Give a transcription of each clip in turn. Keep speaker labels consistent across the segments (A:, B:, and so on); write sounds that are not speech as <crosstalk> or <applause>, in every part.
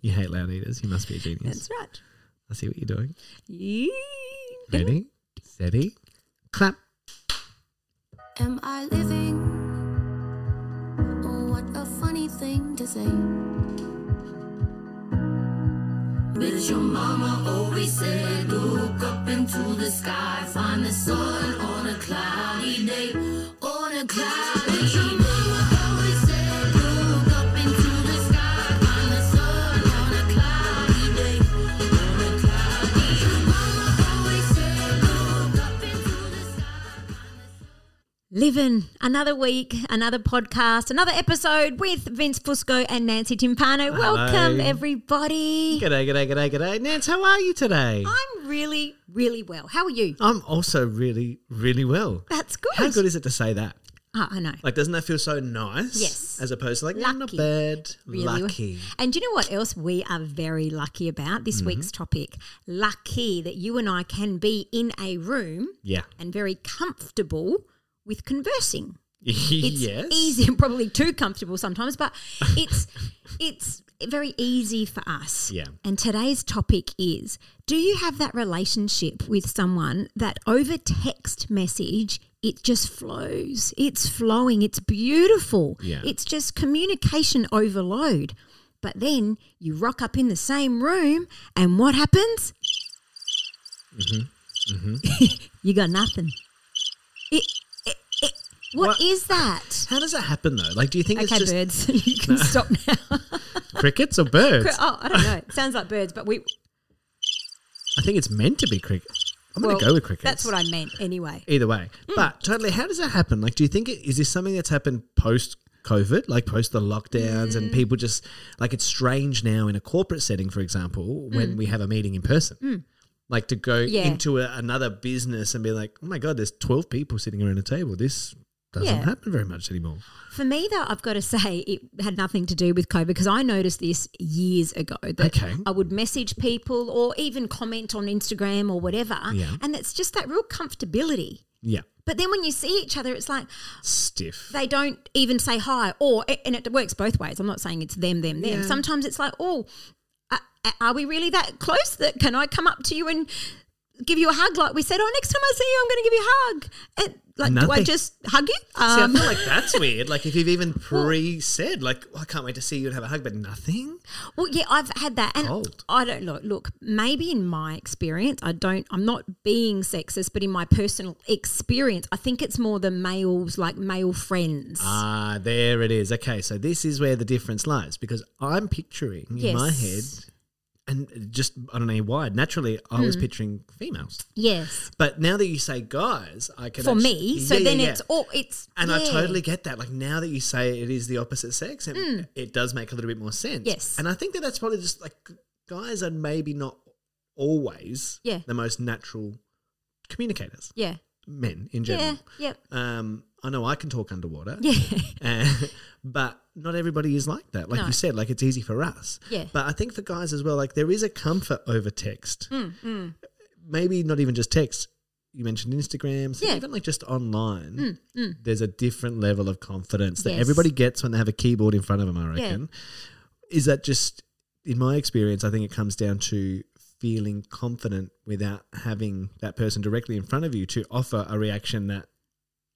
A: You hate loud eaters. You must be a genius.
B: That's right.
A: I see what you're doing.
B: Yee.
A: Ready, steady, clap.
C: Am I living? Oh, what a funny thing to say. Bitch, your mama always said, look up into the sky, find the sun on a cloudy day, on a cloudy day. Your mama always said, look up into the sky, find the sun on a cloudy day, on a cloudy day. Your mama always said, look up into the sky.
B: Living another week, another podcast, another episode with Vince Fusco and Nancy Timpano. Welcome, everybody.
A: G'day, g'day, g'day, g'day. Nance, how are you today?
B: I'm really, really well. How are you?
A: I'm also really, really well.
B: That's good.
A: How good is it to say that?
B: Ah, I know.
A: Like, doesn't that feel so nice?
B: Yes.
A: As opposed to like, "Yeah, not
B: Lucky.
A: bad,
B: Really well.
A: lucky. Mm-hmm.
B: And do you know what else we are very lucky about this week's topic? Lucky that you and I can be in a room
A: Yeah. <laughs>
B: and very comfortable with conversing. It's
A: yes.
B: easy, probably too comfortable sometimes, but
A: <laughs>
B: it's it's very easy for us.
A: Yeah.
B: And today's topic is: Do you have that relationship with someone that over text message? It just flows. It's flowing. It's beautiful.
A: Yeah.
B: It's just communication overload. But then you rock up in the same room, and what happens?
A: Mm-hmm.
B: <laughs> you got nothing. It, it, it,
A: What?
B: what is that?
A: How does that happen though? Like, do you think
B: Okay,
A: it's just
B: birds, <laughs> you can stop
A: <laughs>
B: now.
A: crickets or birds?
B: oh, I don't know. It sounds like birds, but we.
A: I think it's meant to be crickets. I'm
B: well,
A: going to go with crickets.
B: That's what I meant anyway.
A: Either way.
B: Hmm.
A: But totally, how does that happen? Like, do you think it is this something that's happened post COVID, like post the lockdowns
B: Hmm.
A: and people just like it's strange now in a corporate setting, for example, when we have a meeting in person? Like to go
B: Hmm. Yeah.
A: into a, another business and be like, oh my God, there's 12 people sitting around a table. This doesn't
B: Yeah.
A: happen very much anymore.
B: For me, though, I've got to say it had nothing to do with COVID because I noticed this years ago that
A: Okay.
B: I would message people or even comment on Instagram or whatever.
A: Yeah.
B: And it's just that real comfortability.
A: Yeah.
B: But then when you see each other, it's like,
A: Stiff.
B: they don't even say hi or and it works both ways i'm not saying it's them them them
A: Yeah.
B: sometimes it's like oh a- a- are we really that close that can i come up to you and give you a hug like we said oh next time i see you i'm going to give you a hug and like do i
A: Nothing.
B: just hug you
A: See, I
B: um,
A: feel like that's weird. Like if you've
B: <laughs>
A: even pre-said, like "Oh, I can't wait to see you and have a hug, but nothing.
B: well yeah i've had that and
A: Cold.
B: i don't look look maybe in my experience i don't i'm not being sexist but in my personal experience i think it's more the males like male friends
A: Ah, there it is. Okay, so this is where the difference lies because I'm picturing in my head,
B: Yes.
A: and just I don't know why. Naturally, I was
B: Hmm.
A: picturing females,
B: yes
A: but now that you say guys, I can
B: for
A: actu-
B: me so
A: Yeah, yeah,
B: then
A: yeah.
B: it's all it's
A: And I
B: yeah.
A: totally get that. Like now that you say it is the opposite sex, it, it does make a little bit more sense.
B: Hmm. Yes.
A: and I think that that's probably just like guys are maybe not always
B: Yeah.
A: the most natural communicators.
B: yeah
A: Men in general.
B: Yeah, yep. <laughs>
A: Um, I know I can talk underwater.
B: Yeah.
A: <laughs> Uh, but not everybody is like that. Like
B: No.
A: you said, like it's easy for us.
B: Yeah.
A: But I think for guys as well, like there is a comfort over text.
B: Mm,
A: Maybe not even just text. You mentioned Instagram, so
B: Yeah. Mm,
A: even like just online, there's a different level of confidence that
B: Yes.
A: everybody gets when they have a keyboard in front of them, I
B: Yeah.
A: reckon. Is that just, in my experience, I think it comes down to feeling confident without having that person directly in front of you to offer a reaction that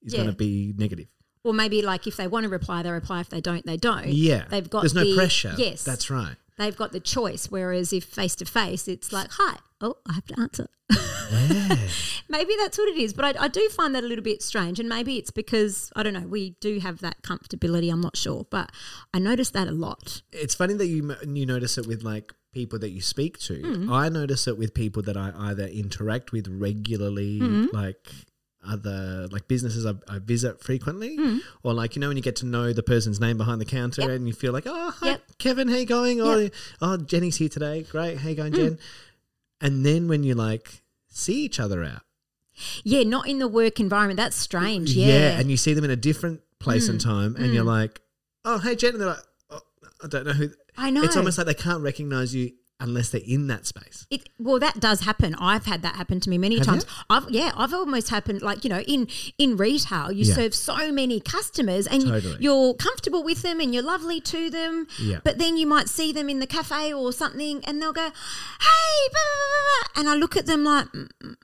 A: is
B: Yeah.
A: going to be negative.
B: Or maybe like if they want to reply, they reply. If they don't, they don't.
A: Yeah.
B: They've got
A: There's no
B: the-
A: pressure.
B: Yes.
A: That's right.
B: They've got the choice. Whereas if face to face, it's like, hi, oh, I have to answer. <laughs> maybe that's what it is. But I, I do find that a little bit strange. And maybe it's because, I don't know, we do have that comfortability. I'm not sure. But I notice that a lot.
A: It's funny that you m- you notice it with like people that you speak to.
B: Mm-hmm.
A: I notice it with people that I either interact with regularly,
B: Mm-hmm.
A: like other like businesses I, I visit frequently,
B: Mm-hmm.
A: or like you know when you get to know the person's name behind the counter and you feel like oh hi
B: Yep.
A: Kevin, how you going?
B: Yep. Mm.
A: Oh oh Jenny's here today, great, how you going, Jen? And then when you like see each other out,
B: Yeah, not in the work environment. That's strange. Yeah. Mm,
A: and you see them in a different place and time, and you're like, oh, hey, Jen. And they're like, oh, I don't know who.
B: I know.
A: It's almost like they can't recognize you unless they're in that space.
B: It, well, that does happen. I've had that happen to me many
A: Have
B: times.
A: you?
B: I've yeah, I've almost happened like you know in in retail, you
A: Yeah.
B: serve so many customers and you-
A: Totally.
B: you're comfortable with them and you're lovely to them.
A: Yeah.
B: But then you might see them in the cafe or something, and they'll go, "Hey," blah, blah, blah, blah," and I look at them like "Mm,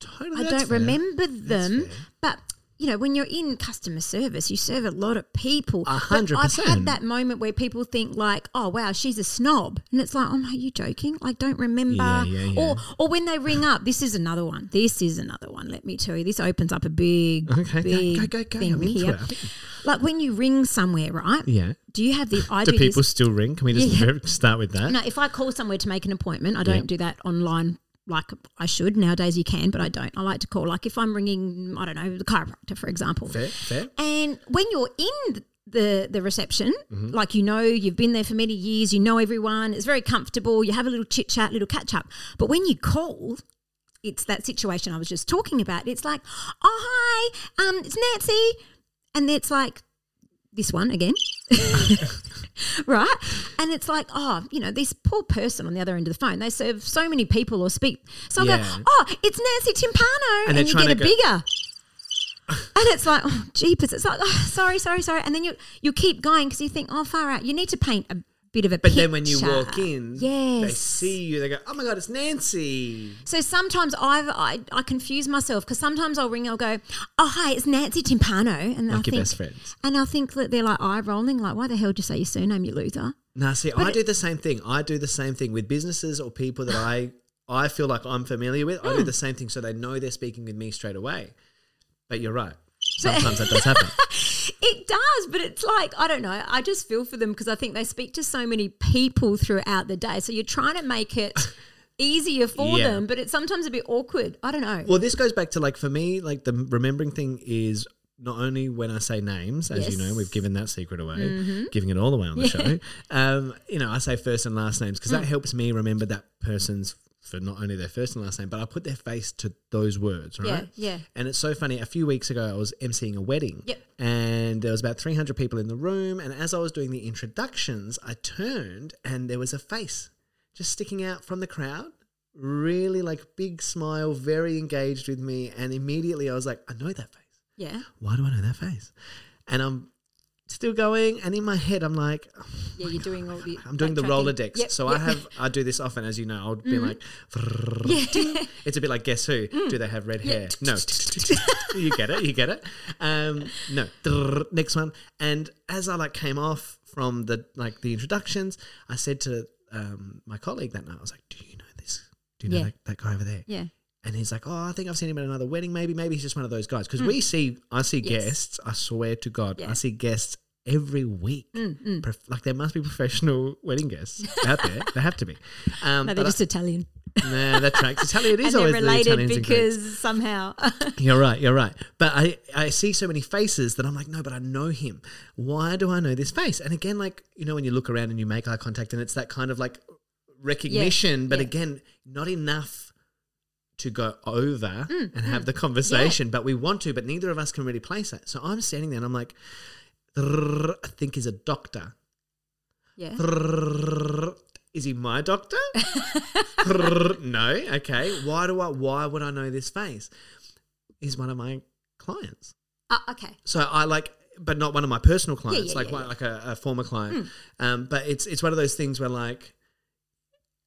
A: Totally,
B: I
A: that's
B: don't
A: fair.
B: remember
A: That's
B: them,
A: fair.
B: but. You know, when you're in customer service, you serve a lot of people.
A: A
B: But
A: hundred
B: I've had
A: percent.
B: that moment where people think like, "Oh, wow, she's a snob," and it's like, "Oh no, you joking? Like, don't remember."
A: Yeah, yeah,
B: Or, or when they ring up, this is another one. This is another one. Let me tell you, this opens up a big,
A: Okay,
B: big
A: go, go, go, go.
B: thing
A: I'm into
B: here.
A: it. I think-
B: Like when you ring somewhere, right?
A: Yeah.
B: Do you have the? I
A: Do
B: do this
A: people still ring? Can we just <laughs> start with that?
B: no, if I call somewhere to make an appointment, I
A: Yeah.
B: don't do that online like I should. Nowadays you can, but I don't. I like to call. Like if I'm ringing, I don't know, the chiropractor, for example.
A: Fair, fair.
B: And when you're in the the reception,
A: Mm-hmm.
B: like you know, you've been there for many years, you know everyone, it's very comfortable, you have a little chit chat, little catch up. But when you call, it's that situation I was just talking about. It's like, oh hi, um, it's Nancy. And it's like this one again. <laughs> right? And it's like, oh, you know, this poor person on the other end of the phone, they serve so many people or speak. So I
A: Yeah.
B: go, oh, it's Nancy Timpano.
A: And
B: And,
A: they're
B: you
A: trying
B: get a
A: to go-
B: bigger. And it's like, oh, jeepers. It's like, oh, sorry, sorry, sorry. And then you you keep going because you think, oh, far out. You need to paint a bit of a
A: But
B: picture.
A: then when you walk in, they
B: Yes.
A: see you, they go, oh my God, it's Nancy.
B: So sometimes I've, I, I confuse myself because sometimes I'll ring, I'll go, oh, hi, it's Nancy Timpano. And I'll
A: Like your
B: think,
A: best friends.
B: And I'll think that they're like eye rolling, like, why the hell do you say your surname, you loser?
A: Now, see, I do the same thing. I do the same thing with businesses or people that I I feel like I'm familiar with.
B: Hmm.
A: I do the same thing so they know they're speaking with me straight away. But you're
B: <laughs>
A: right. Sometimes that does happen.
B: It does, but it's like, I don't know. I just feel for them because I think they speak to so many people throughout the day. So you're trying to
A: <laughs>
B: make it easier for
A: Yeah.
B: them, but it's sometimes a bit awkward. I don't know.
A: Well, this goes back to like for me, like the remembering thing is not only when I say names, as you know,
B: Yes. Mm-hmm.
A: we've given that secret away, giving it all away on the show. Um, you know, I say first and last names because
B: Hmm.
A: that helps me remember that person's for not only their first and last name, but I put their face to those words,
B: Yeah,
A: right?
B: yeah.
A: And it's so funny. A few weeks ago, I was emceeing a wedding,
B: Yep.
A: and there was about 300 people in the room. And as I was doing the introductions, I turned and there was a face just sticking out from the crowd. Really like big smile, very engaged with me. And immediately I was like, I know that face.
B: yeah.
A: Why do I know that face? And I'm still going. And in my head, I'm like,
B: Yeah, you're doing all the.
A: I'm doing the
B: backtracking.
A: Rolodex.
B: Yep,
A: so I
B: yep. Mm-hmm.
A: have, I do this often, as you know. I'll be like,
B: <laughs> Yeah.
A: it's a bit like Guess Who? Do they have red hair? No. <laughs> you get it. You get it. Um, no. Next one. And as I like came off from the like the introductions, I said to um, my colleague that night, I was like, "Do you know this? Do you know
B: Yeah.
A: that, that guy over there?"
B: yeah.
A: And he's like, "Oh, I think I've seen him at another wedding. Maybe, maybe he's just one of those guys." Because we see, I see
B: Mm. Yes.
A: guests. I swear to God, I
B: Yeah. Mm,
A: see guests every week. Prof- like there must be professional wedding guests out there. they have to
B: <laughs>
A: be. Um,
B: No, they're
A: but I-
B: just Italian.
A: nah, that tracks.
B: <laughs>
A: Italian is
B: and they're
A: always the
B: related
A: Italians and Greeks.
B: because somehow.
A: <laughs>
B: <laughs>
A: You're right. You're right. But I, I see so many faces that I'm like, no, but I know him. Why do I know this face? And again, like, you know, when you look around and you make eye contact and it's that kind of like recognition, but
B: yeah.
A: again, not enough to go over
B: Mm,
A: and have the conversation, but we want to, but neither of us can really place that. So I'm standing there and I'm like, "Rrr, I think he's a doctor.
B: yeah.
A: Rrr, Is he my
B: <laughs>
A: doctor? Rrr, no. Okay. Why do I? Why would I know this face? He's one of my clients.
B: Uh, okay.
A: So I like, but not one of my personal clients.
B: yeah,
A: like
B: yeah,
A: one,
B: yeah. Hmm.
A: like a, a former client. Um, but it's it's one of those things where like,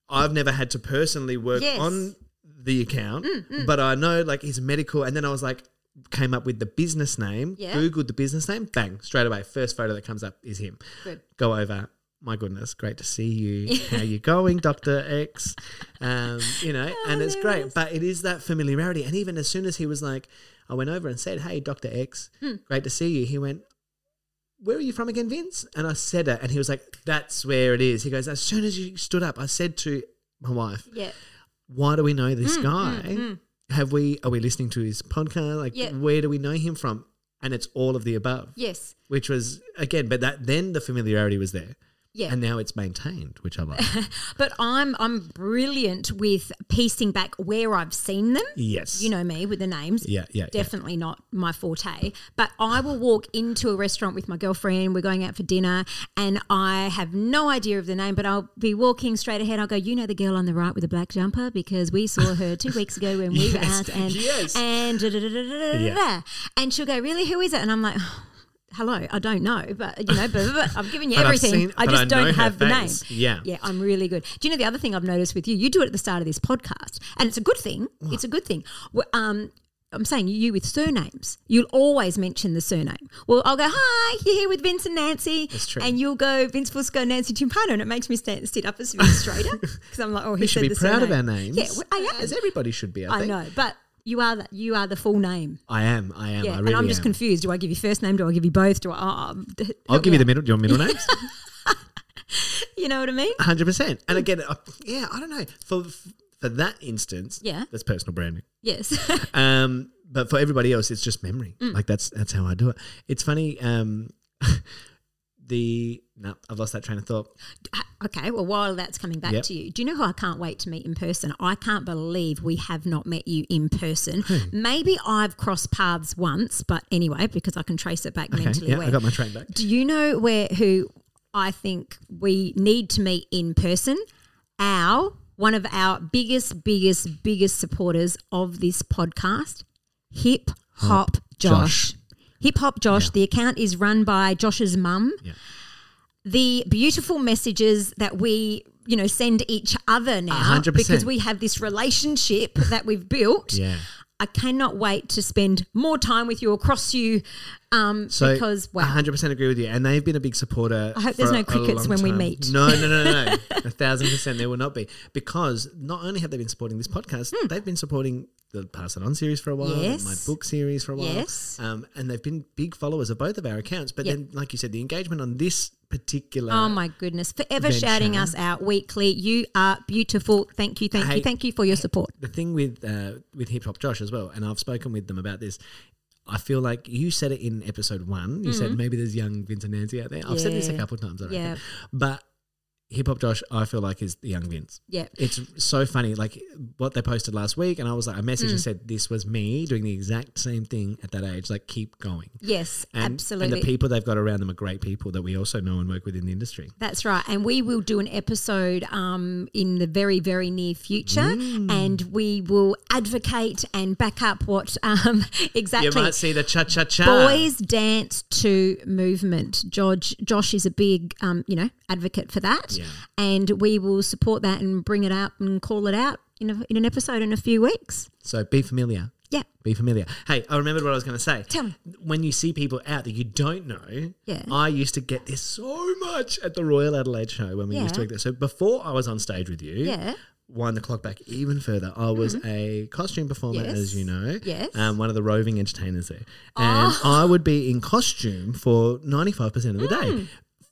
A: I've never had to personally work
B: Yes. Mm,
A: on the account, but I know like he's medical. And then I was like. Came up with the business name,
B: Yeah.
A: Googled the business name, bang, straight away. First photo that comes up is him
B: Good.
A: go over. My goodness, great to see you. How you going, Doctor X? Um, you know, and it's great, but it is that familiarity. And even as soon as he was like, I went over and said, "Hey, Doctor X, great to see you." He went, "Where are you from again, Vince?" And I said it, and he was like, "That's where it is." He goes, "As soon as you stood up, I said to my wife,
B: Yeah.
A: why do we know this guy? Have we are we listening to his podcast? Like,
B: Yeah.
A: where do we know him from?" And it's all of the above
B: Yes.
A: which was again, but that then the familiarity was there.
B: Yeah.
A: And now it's maintained, which I
B: <laughs>
A: like.
B: But I'm I'm brilliant with piecing back where I've seen them.
A: yes.
B: You know me with the names.
A: Yeah, yeah, yeah.
B: Definitely not my forte. But I will walk into a restaurant with my girlfriend. We're going out for dinner, and I have no idea of the name, but I'll be walking straight ahead. I'll go, you know, the girl on the right with the black jumper because we saw
A: <laughs>
B: her two weeks ago when we were
A: Yes,
B: out, and
A: yes.
B: and da, da, da, da, da, da,
A: Yeah.
B: da. and she'll go, really, who is it? And I'm like. "Oh, Hello, I don't know, but you know, blah, blah, blah.
A: <laughs>
B: I've given you
A: But I've
B: everything.
A: seen-
B: I
A: but
B: just
A: I know
B: don't
A: her
B: have the name.
A: face. Yeah.
B: yeah, I'm really good. Do you know the other thing I've noticed with you? You do it at the start of this podcast, and it's a good thing. It's a good thing. W- Um, I'm saying you with surnames. You'll always mention the surname. Well, I'll go, "Hi, you're here with Vince and Nancy,"
A: That's true.
B: and you'll go, "Vince Fusco, Nancy Timpano," and it makes me stand, sit up as a bit
A: <laughs>
B: straighter because I'm like, "Oh, he
A: we
B: said
A: should be
B: the
A: proud of our
B: surname.
A: names.
B: Yeah, well, I am.
A: As everybody should be, I,
B: I
A: think.
B: know, but you are the, you are the full name.
A: I am. I am.
B: Yeah,
A: I really
B: and I'm just
A: am.
B: confused. Do I give you first name? Do I give you both? Do I? Oh, oh,
A: I'll
B: help
A: give you the
B: me out.
A: middle, your middle names.
B: <laughs> You know what I mean?
A: 100%. And again, I, yeah, I don't know. For for that instance,
B: Yeah.
A: that's personal branding.
B: Yes. <laughs>
A: Um, but for everybody else, it's just memory.
B: Mm.
A: Like that's that's how I do it. It's funny. Um, <laughs> the no, I've lost that train of thought.
B: Ha- Okay, well, while that's coming back
A: Yep.
B: to you, do you know who I can't wait to meet in person? I can't believe we have not met you in person.
A: Hmm.
B: Maybe I've crossed paths once, but anyway, because I can trace it back
A: Okay,
B: mentally.
A: yeah,
B: where.
A: I got my train back.
B: do you know where who I think we need to meet in person? Our one of our biggest, biggest, biggest supporters of this podcast, Hip Hop Josh.
A: Josh.
B: Hip Hop Josh. The account is run by Josh's mum
A: Yeah.
B: the beautiful messages that we you know send each other now
A: 100%.
B: because we have this relationship <laughs> that we've built
A: Yeah.
B: i cannot wait to spend more time with you across you um
A: So
B: because wow
A: 100% agree with you. And they've been a big supporter. I
B: hope there's no crickets when we meet.
A: No, no, no, no,
B: <laughs>
A: no. a thousand percent there will not be. Because not only have they been supporting this podcast, they've been supporting the Pass It On series for a while, and my
B: Hmm. Yes.
A: book series for a while.
B: Yes.
A: Um, and they've been big followers of both of our accounts. But
B: Yep.
A: then, like you said, the engagement on this particular.
B: Oh my goodness. Forever
A: venture.
B: shouting us out weekly. You are beautiful. Thank you. Thank
A: Hey.
B: you. Thank you for your support.
A: the thing with uh, with Hip Hop Josh as well, and I've spoken with them about this. I feel like you said it in episode one. You said maybe there's young Vince and Nancy out there. I've said this a
B: Mm-hmm. Yeah.
A: couple of times, I reckon.
B: Yeah.
A: But Hip Hop Josh, I feel like is the young Vince.
B: Yeah.
A: It's so funny, like what they posted last week, and I was like, I
B: Mm.
A: messaged and said, "This was me doing the exact same thing at that age." Like, keep going.
B: Yes,
A: And,
B: absolutely.
A: And the people they've got around them are great people that we also know and work with in the industry.
B: That's right. And we will do an episode um, in the very, very near future.
A: Mm.
B: And we will advocate and back up what um, <laughs>
A: You
B: exactly.
A: might see the cha cha cha.
B: Boys dance to movement. George, Josh is a big, um, you know, advocate for that,
A: Yeah.
B: and we will support that and bring it up and call it out in, a, in an episode in a few weeks.
A: So be familiar.
B: Yeah,
A: Be familiar. Hey, I remembered what I was going to say.
B: Tell me.
A: When you see people out that you don't know,
B: Yeah.
A: I used to get this so much at the Royal Adelaide show when we used to
B: Yeah.
A: do this. So before I was on stage with you,
B: Yeah. Mm-hmm.
A: wind the clock back even further, I was a costume performer,
B: Yes.
A: as you know,
B: Yes. Oh.
A: um, one of the roving entertainers there. And I would be in costume for 95% of the
B: Mm.
A: day,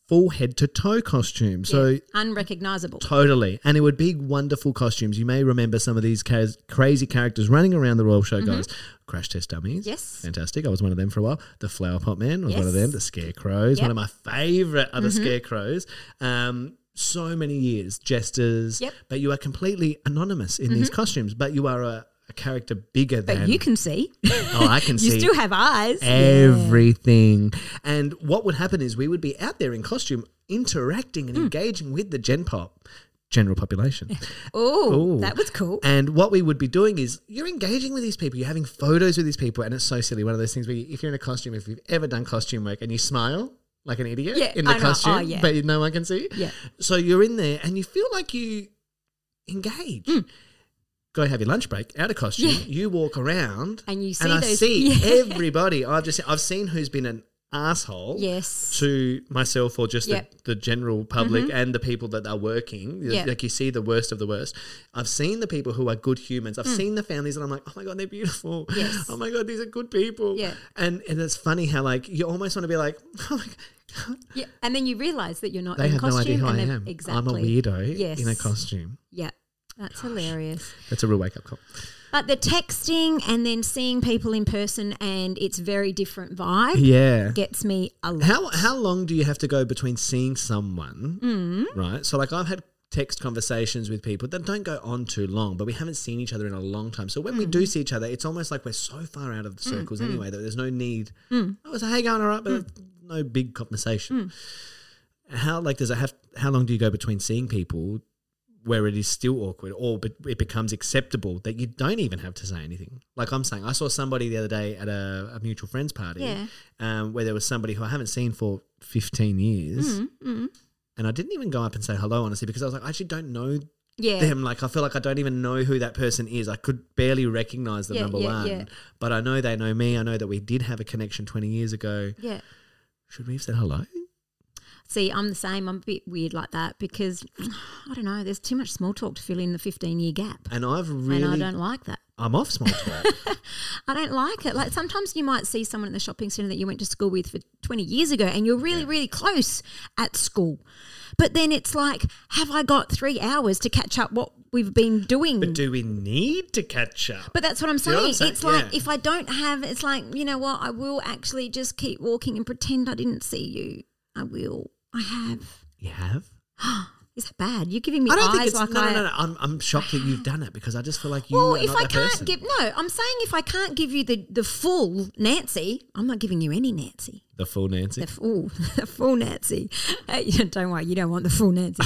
A: full head to toe costume. So
B: unrecognizable.
A: Totally. And it would be wonderful costumes. You may remember some of these ca- crazy characters running around the Royal Show, guys. Crash Test Dummies.
B: Mm-hmm. Yes.
A: Fantastic. I was one of them for a while. The Flower Pot Man was one of
B: Yes.
A: them. The Scarecrows,
B: Yep. Mm-hmm.
A: one of my favorite other Scarecrows. Um, so many years, jesters.
B: Yep. Mm-hmm.
A: But you are completely anonymous in these costumes, but you are a, a character bigger
B: But
A: than.
B: you can see.
A: <laughs>
B: <laughs>
A: oh, I can
B: you
A: see
B: still have eyes.
A: everything. And what would happen is we would be out there in costume interacting
B: Hmm.
A: and engaging with the gen pop general population.
B: Oh,
A: Ooh.
B: that was cool.
A: and what we would be doing is you're engaging with these people, you're having photos with these people, and it's so silly. One of those things where you, if you're in a costume, if you've ever done costume work and you smile like an idiot
B: Yeah,
A: in
B: I
A: the
B: know. Oh,
A: costume,
B: yeah.
A: but no one can see.
B: Yeah.
A: So you're in there and you feel like you engage.
B: Hmm.
A: Go have your lunch break out of costume. You walk around
B: And you see
A: and I
B: those-
A: see
B: <laughs> Yeah.
A: everybody. I've just I've seen who's been an asshole
B: Yes.
A: to myself or just
B: Yep. Mm-hmm.
A: the, the general public and the people that are working.
B: Yep.
A: Like you see the worst of the worst. I've seen the people who are good humans. I've seen the families and I'm like, oh my god, they're beautiful.
B: Hmm. Yes.
A: Oh my god, these are good people.
B: Yeah.
A: And and it's funny how like you almost want to be like, <laughs> oh my god,
B: Yeah, and then you realise that you're not
A: they
B: in
A: have no
B: costume.
A: idea who
B: and
A: I
B: they've-
A: am.
B: Exactly.
A: I'm a weirdo
B: Yes.
A: in a costume.
B: Yeah, That's hilarious.
A: That's a real wake up call.
B: But the texting and then seeing people in person and it's very different vibe
A: Yeah.
B: gets me a lot.
A: How how long do you have to go between seeing someone, right? So like I've had text conversations with people that don't go on too long, but we haven't seen each other in a long time. So when we do see each other, it's almost like we're so far out of the circles anyway that there's no need. I was like, hey, going all right, but no big conversation. How like does it have? How long do you go between seeing people? Where it is still awkward, or but it becomes acceptable that you don't even have to say anything. Like I'm saying, I saw somebody the other day at a, a mutual friend's party,
B: Yeah.
A: um, where there was somebody who I haven't seen for 15 years.
B: Mm-mm.
A: And I didn't even go up and say hello, honestly, because I was like, I actually don't know
B: Yeah.
A: them. Like, I feel like I don't even know who that person is. I could barely recognize them,
B: Yeah,
A: number
B: yeah,
A: one.
B: yeah.
A: But I know they know me. I know that we did have a connection 20 years ago.
B: Yeah.
A: Should we have said hello?
B: See, I'm the same. I'm a bit weird like that because <sighs> I don't know. There's too much small talk to fill in the 15 year gap.
A: And I've really,
B: And I don't like that.
A: I'm off small talk.
B: I don't like it. Like sometimes you might see someone at the shopping centre that you went to school with for 20 years ago and you're really, really close at school. But then it's like, have I got three hours to catch up what we've been doing?
A: but do we need to catch up?
B: But that's what I'm
A: Do
B: saying.
A: you know what I'm saying?
B: It's like
A: Yeah.
B: if I don't have, it's like you know what? I will actually just keep walking and pretend I didn't see you. I will. I have.
A: you have?
B: Is that bad? You're giving me
A: I don't
B: eyes
A: think it's.
B: like
A: no,
B: I.
A: no, no, no. I'm, I'm shocked that you've done it because I just feel like you.
B: Well,
A: are
B: if
A: not
B: I
A: that
B: can't
A: person.
B: give no, I'm saying if I can't give you the the full Nancy, I'm not giving you any Nancy.
A: The full Nancy.
B: The full, <laughs> the full Nancy. Uh, <laughs> yeah, don't worry, you don't want the full Nancy.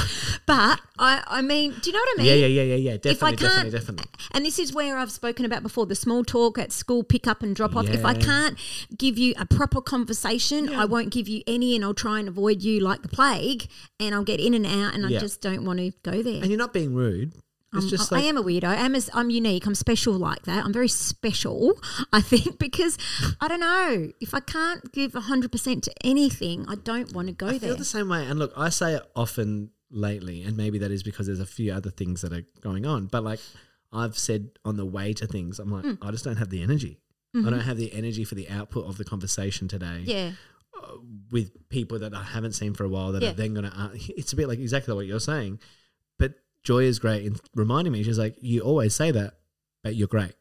B: but I, I mean, do you know what I mean?
A: yeah, yeah, yeah, yeah, yeah. Definitely,
B: if I
A: definitely,
B: can't,
A: definitely.
B: and this is where I've spoken about before the small talk at school, pick up and drop off. If I
A: Yeah.
B: can't give you a proper conversation, I won't give you any, and I'll try and avoid you like the plague, and I'll get in and out, and
A: Yeah.
B: I just don't want to go there.
A: And you're not being rude. It's
B: Um,
A: just
B: I, I
A: like
B: am a weirdo. I'm, as, I'm unique. I'm special like that. I'm very special, <laughs> I think, because I don't know. If I can't give 100% to anything, I don't want to go
A: I feel
B: there.
A: the same way. And look, I say it often lately, and maybe that is because there's a few other things that are going on. But like I've said on the way to things, I'm like,
B: Hmm.
A: I just don't have the energy.
B: Mm-hmm.
A: I don't have the energy for the output of the conversation today
B: yeah.
A: with people that I haven't seen for a while that
B: Yeah.
A: are then going to. It's a <laughs> bit like exactly what you're saying, but Joy is great in reminding me. She's like, you always say that, but you're great.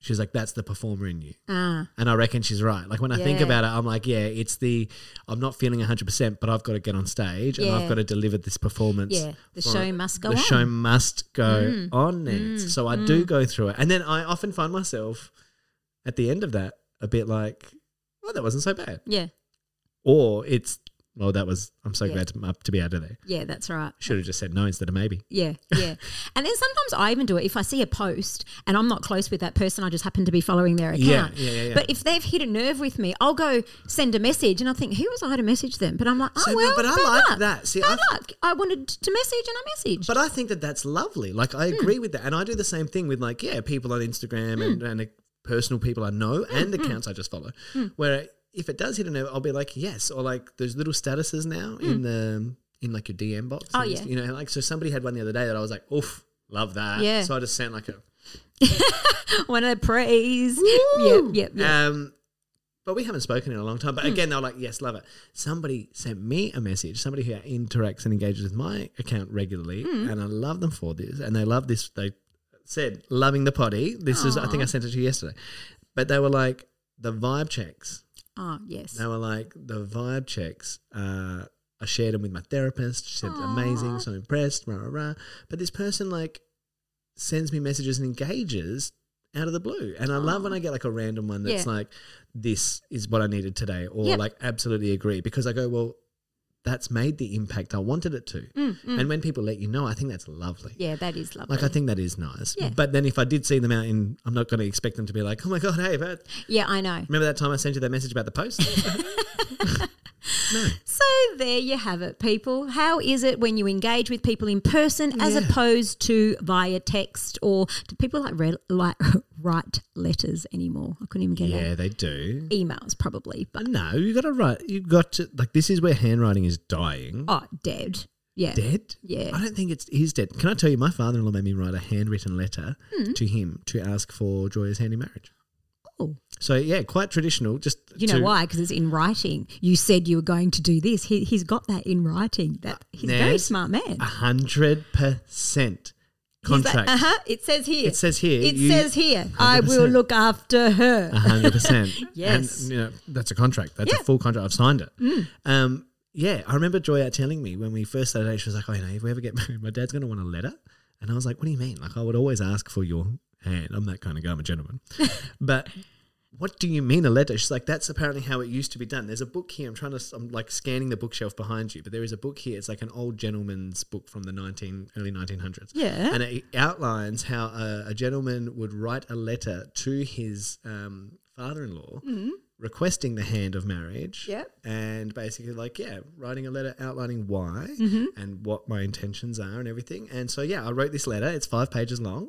A: She's like, that's the performer in you.
B: Ah.
A: And I reckon she's right. Like when I think
B: Yeah.
A: about it, I'm like, yeah, it's the I'm not feeling 100%, but I've got to get on stage and
B: Yeah.
A: I've got to deliver this performance.
B: Yeah. The
A: for-
B: show must go
A: The
B: on. Mm.
A: show must go on next. So I do go through it. And then I often find myself at the end of that a bit like, well, that wasn't so bad.
B: yeah.
A: Or it's, well, that was, I'm so
B: Yeah.
A: glad to, up to be out of there.
B: Yeah, that's right.
A: Should have just said no instead of maybe.
B: Yeah,
A: <laughs>
B: yeah. and then sometimes I even do it if I see a post and I'm not close with that person, I just happen to be following their
A: Yeah,
B: account.
A: yeah, yeah, yeah.
B: But if they've hit a nerve with me, I'll go send a message and I think, who was I to message them? But I'm like, oh,
A: So, no,
B: well,
A: but I
B: bad
A: like
B: luck,
A: that. See,
B: bad
A: I-
B: luck. I wanted to message and I messaged.
A: But I think that that's lovely. Like
B: Hmm.
A: I agree with that, and I do the same thing with like yeah, people on Instagram and, and uh, personal people I know
B: Hmm,
A: and accounts I just follow. Where if it does hit a nerve, I'll be like yes, or like those little statuses now in the in like your DM box.
B: Hmm. Oh,
A: and
B: yeah.
A: you know like so somebody had one the other day that I was like oof. Love that.
B: Yeah.
A: So I just sent like a.
B: <laughs> One of the praise. Yep, yep, yep.
A: Um, but we haven't spoken in a long time. But again, they were like, yes, love it. Somebody sent me a message, somebody who interacts and engages with my account regularly. And I love them for this. And they love this. They said, loving the potty. This is, I think I sent it to you yesterday. But they were like, the vibe checks.
B: oh, yes.
A: They were like, the vibe checks. Uh, I shared them with my therapist. She said, amazing, so impressed, rah, rah, rah. But this person, like, sends me messages and engages out of the blue. And I love when I get like a random one that's
B: Yeah.
A: like, this is what I needed today, or
B: Yep.
A: like, absolutely agree, because I go, well, that's made the impact I wanted it to. And when people let you know, I think that's lovely.
B: Mm, Yeah, that is lovely.
A: Like I think that is nice,
B: Yeah.
A: but then if I did see them out in, I'm not going to expect them to be like, "Oh my god, hey, but
B: yeah, I know.
A: remember that time I sent you that message about the
B: <laughs>
A: post?"
B: So there you have it, people. How is it when you engage with people in person as
A: Yeah.
B: opposed to via text or do people like, re- like <laughs> write letters anymore? I couldn't even get it.
A: Yeah,
B: out.
A: they do.
B: Emails probably, but
A: No, you got to write. You got to like. This is where handwriting is dying.
B: oh, dead. Yeah.
A: Dead.
B: Yeah.
A: I don't think it's is dead. Can I tell you? My father-in-law made me write a handwritten letter
B: Hmm.
A: to him to ask for Joya's hand in marriage.
B: Oh,
A: So yeah, quite traditional. Just
B: you know
A: to-
B: why? Because it's in writing. You said you were going to do this. He,
A: Uh,
B: he's got that in writing. That he's a very
A: Yes.
B: smart man.
A: A hundred percent.
B: He's like,
A: Contract.
B: uh huh. It says here.
A: It says here.
B: It
A: you- Uh-huh.
B: says here. I will
A: 100%.
B: look after her.
A: A hundred percent.
B: <laughs> Yes.
A: and, you know that's a contract. That's
B: Yeah. Mm.
A: a full contract. I've signed it. Um, yeah, I remember Joy out telling me when we first started dating, she was like, "Oh, you know, if we ever get <laughs> married, my dad's going to want a letter." And I was like, "What do you mean? Like, I would always ask for your hand. I'm that kind of guy. I'm a
B: <laughs>
A: gentleman." but what do you mean a letter? She's like, "That's apparently how it used to be done." There's a book here. I'm trying to. s- I'm like scanning the bookshelf behind you, but there is a book here. It's like an old gentleman's book from the 19 early 1900s.
B: Yeah.
A: And it outlines how a, a gentleman would write a letter to his um, father in law requesting the hand of marriage.
B: Mm-hmm. Yep.
A: And basically, like, yeah, writing a letter outlining why
B: Mm-hmm.
A: and what my intentions are and everything. And so, yeah, I wrote this letter. It's five pages long.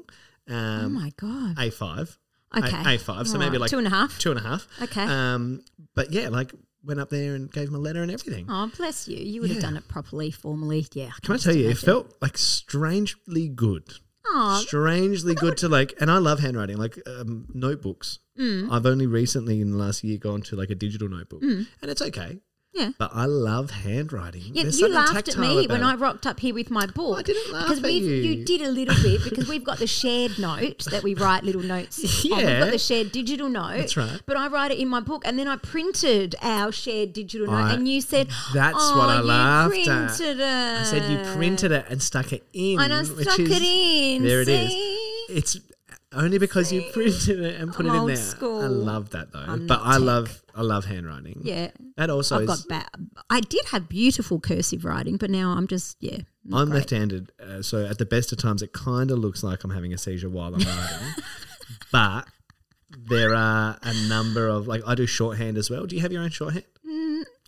B: oh
A: Um,
B: my god.
A: A5.
B: Okay.
A: A, A5. So
B: All
A: maybe
B: right,
A: like
B: two and a half.
A: Two and a half.
B: Okay.
A: Um, but yeah, like, went up there and gave him a letter and everything.
B: Oh, bless you. You would
A: Uh-huh. Yeah.
B: have done it properly, formally. Yeah.
A: Can I tell you, it felt like strangely good.
B: Oh,
A: strangely good to like and i love handwriting like um, notebooks
B: Mm.
A: i've only recently in the last year gone to like a digital notebook and it's okay
B: yeah.
A: but i love handwriting
B: Mm. Yeah,
A: There's
B: you
A: something
B: laughed at
A: tactile
B: me when
A: about
B: I
A: it.
B: rocked up here with my book.
A: I didn't laugh
B: because
A: at
B: we've,
A: you.
B: did a little bit because we've got the shared note that we write little
A: <laughs>
B: notes. on. we've
A: Yeah.
B: got the shared digital note.
A: That's right.
B: But I write it in my book, and then I printed our shared digital note,
A: I-
B: and you said,
A: that's
B: oh,
A: what I
B: you
A: laughed at."
B: printed It.
A: I said you printed it and stuck it in
B: Uh, and I
A: which
B: stuck
A: is-
B: it in.
A: there it is
B: see?
A: it's only because you printed it and put
B: I'm
A: it in
B: old
A: there i
B: school.
A: love that though
B: I'm
A: but
B: not
A: i
B: tech.
A: love i love handwriting
B: Yeah.
A: that also
B: I've
A: is
B: got bad. I did have beautiful cursive writing, but now I'm just yeah. not
A: I'm
B: great.
A: left-handed, uh, so at the best of times, it kind of looks like I'm having a seizure while I'm riding.
B: <laughs>
A: but there are a number of like I do shorthand as well. Do you have your own shorthand?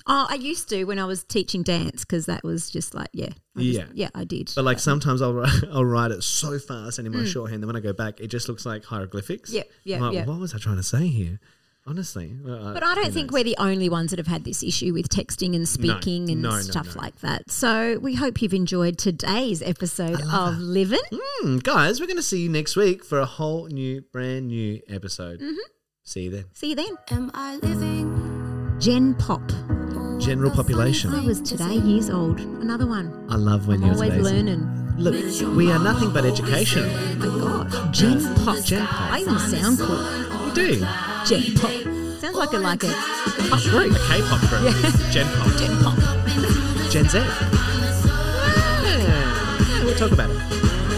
B: Oh, I used to when I was teaching dance because that was just like yeah, I just-
A: Yeah.
B: yeah, I did.
A: But like sometimes I'll write, I'll write it so fast and in my
B: Hmm.
A: shorthand that when I go back, it just looks like hieroglyphics.
B: Yep, yep,
A: I'm like,
B: yep.
A: What was I trying to say here? Honestly, uh,
B: But I don't think we're the only ones that have had this issue with texting and speaking and
A: no, no,
B: stuff
A: no.
B: like that. So we hope you've enjoyed today's episode of Livin'.
A: Hmm, guys, we're going to see you next week for a whole new, brand new episode. See you then.
B: See you then.
C: Am I living?
B: Gen Pop.
A: General
B: I
A: population.
B: was today years old. Another one.
A: I love when
B: I'm
A: you're
B: always
A: lazy.
B: learning.
A: Look, we are nothing but education.
B: Oh my God. Gen Pop.
A: Gen Pop.
B: I even sound cool.
A: You do.
B: Gen Pop. Sounds like a like a pop group.
A: A K-pop group. Gen pop. Gen pop. Gen Z. Yeah. We'll talk about it.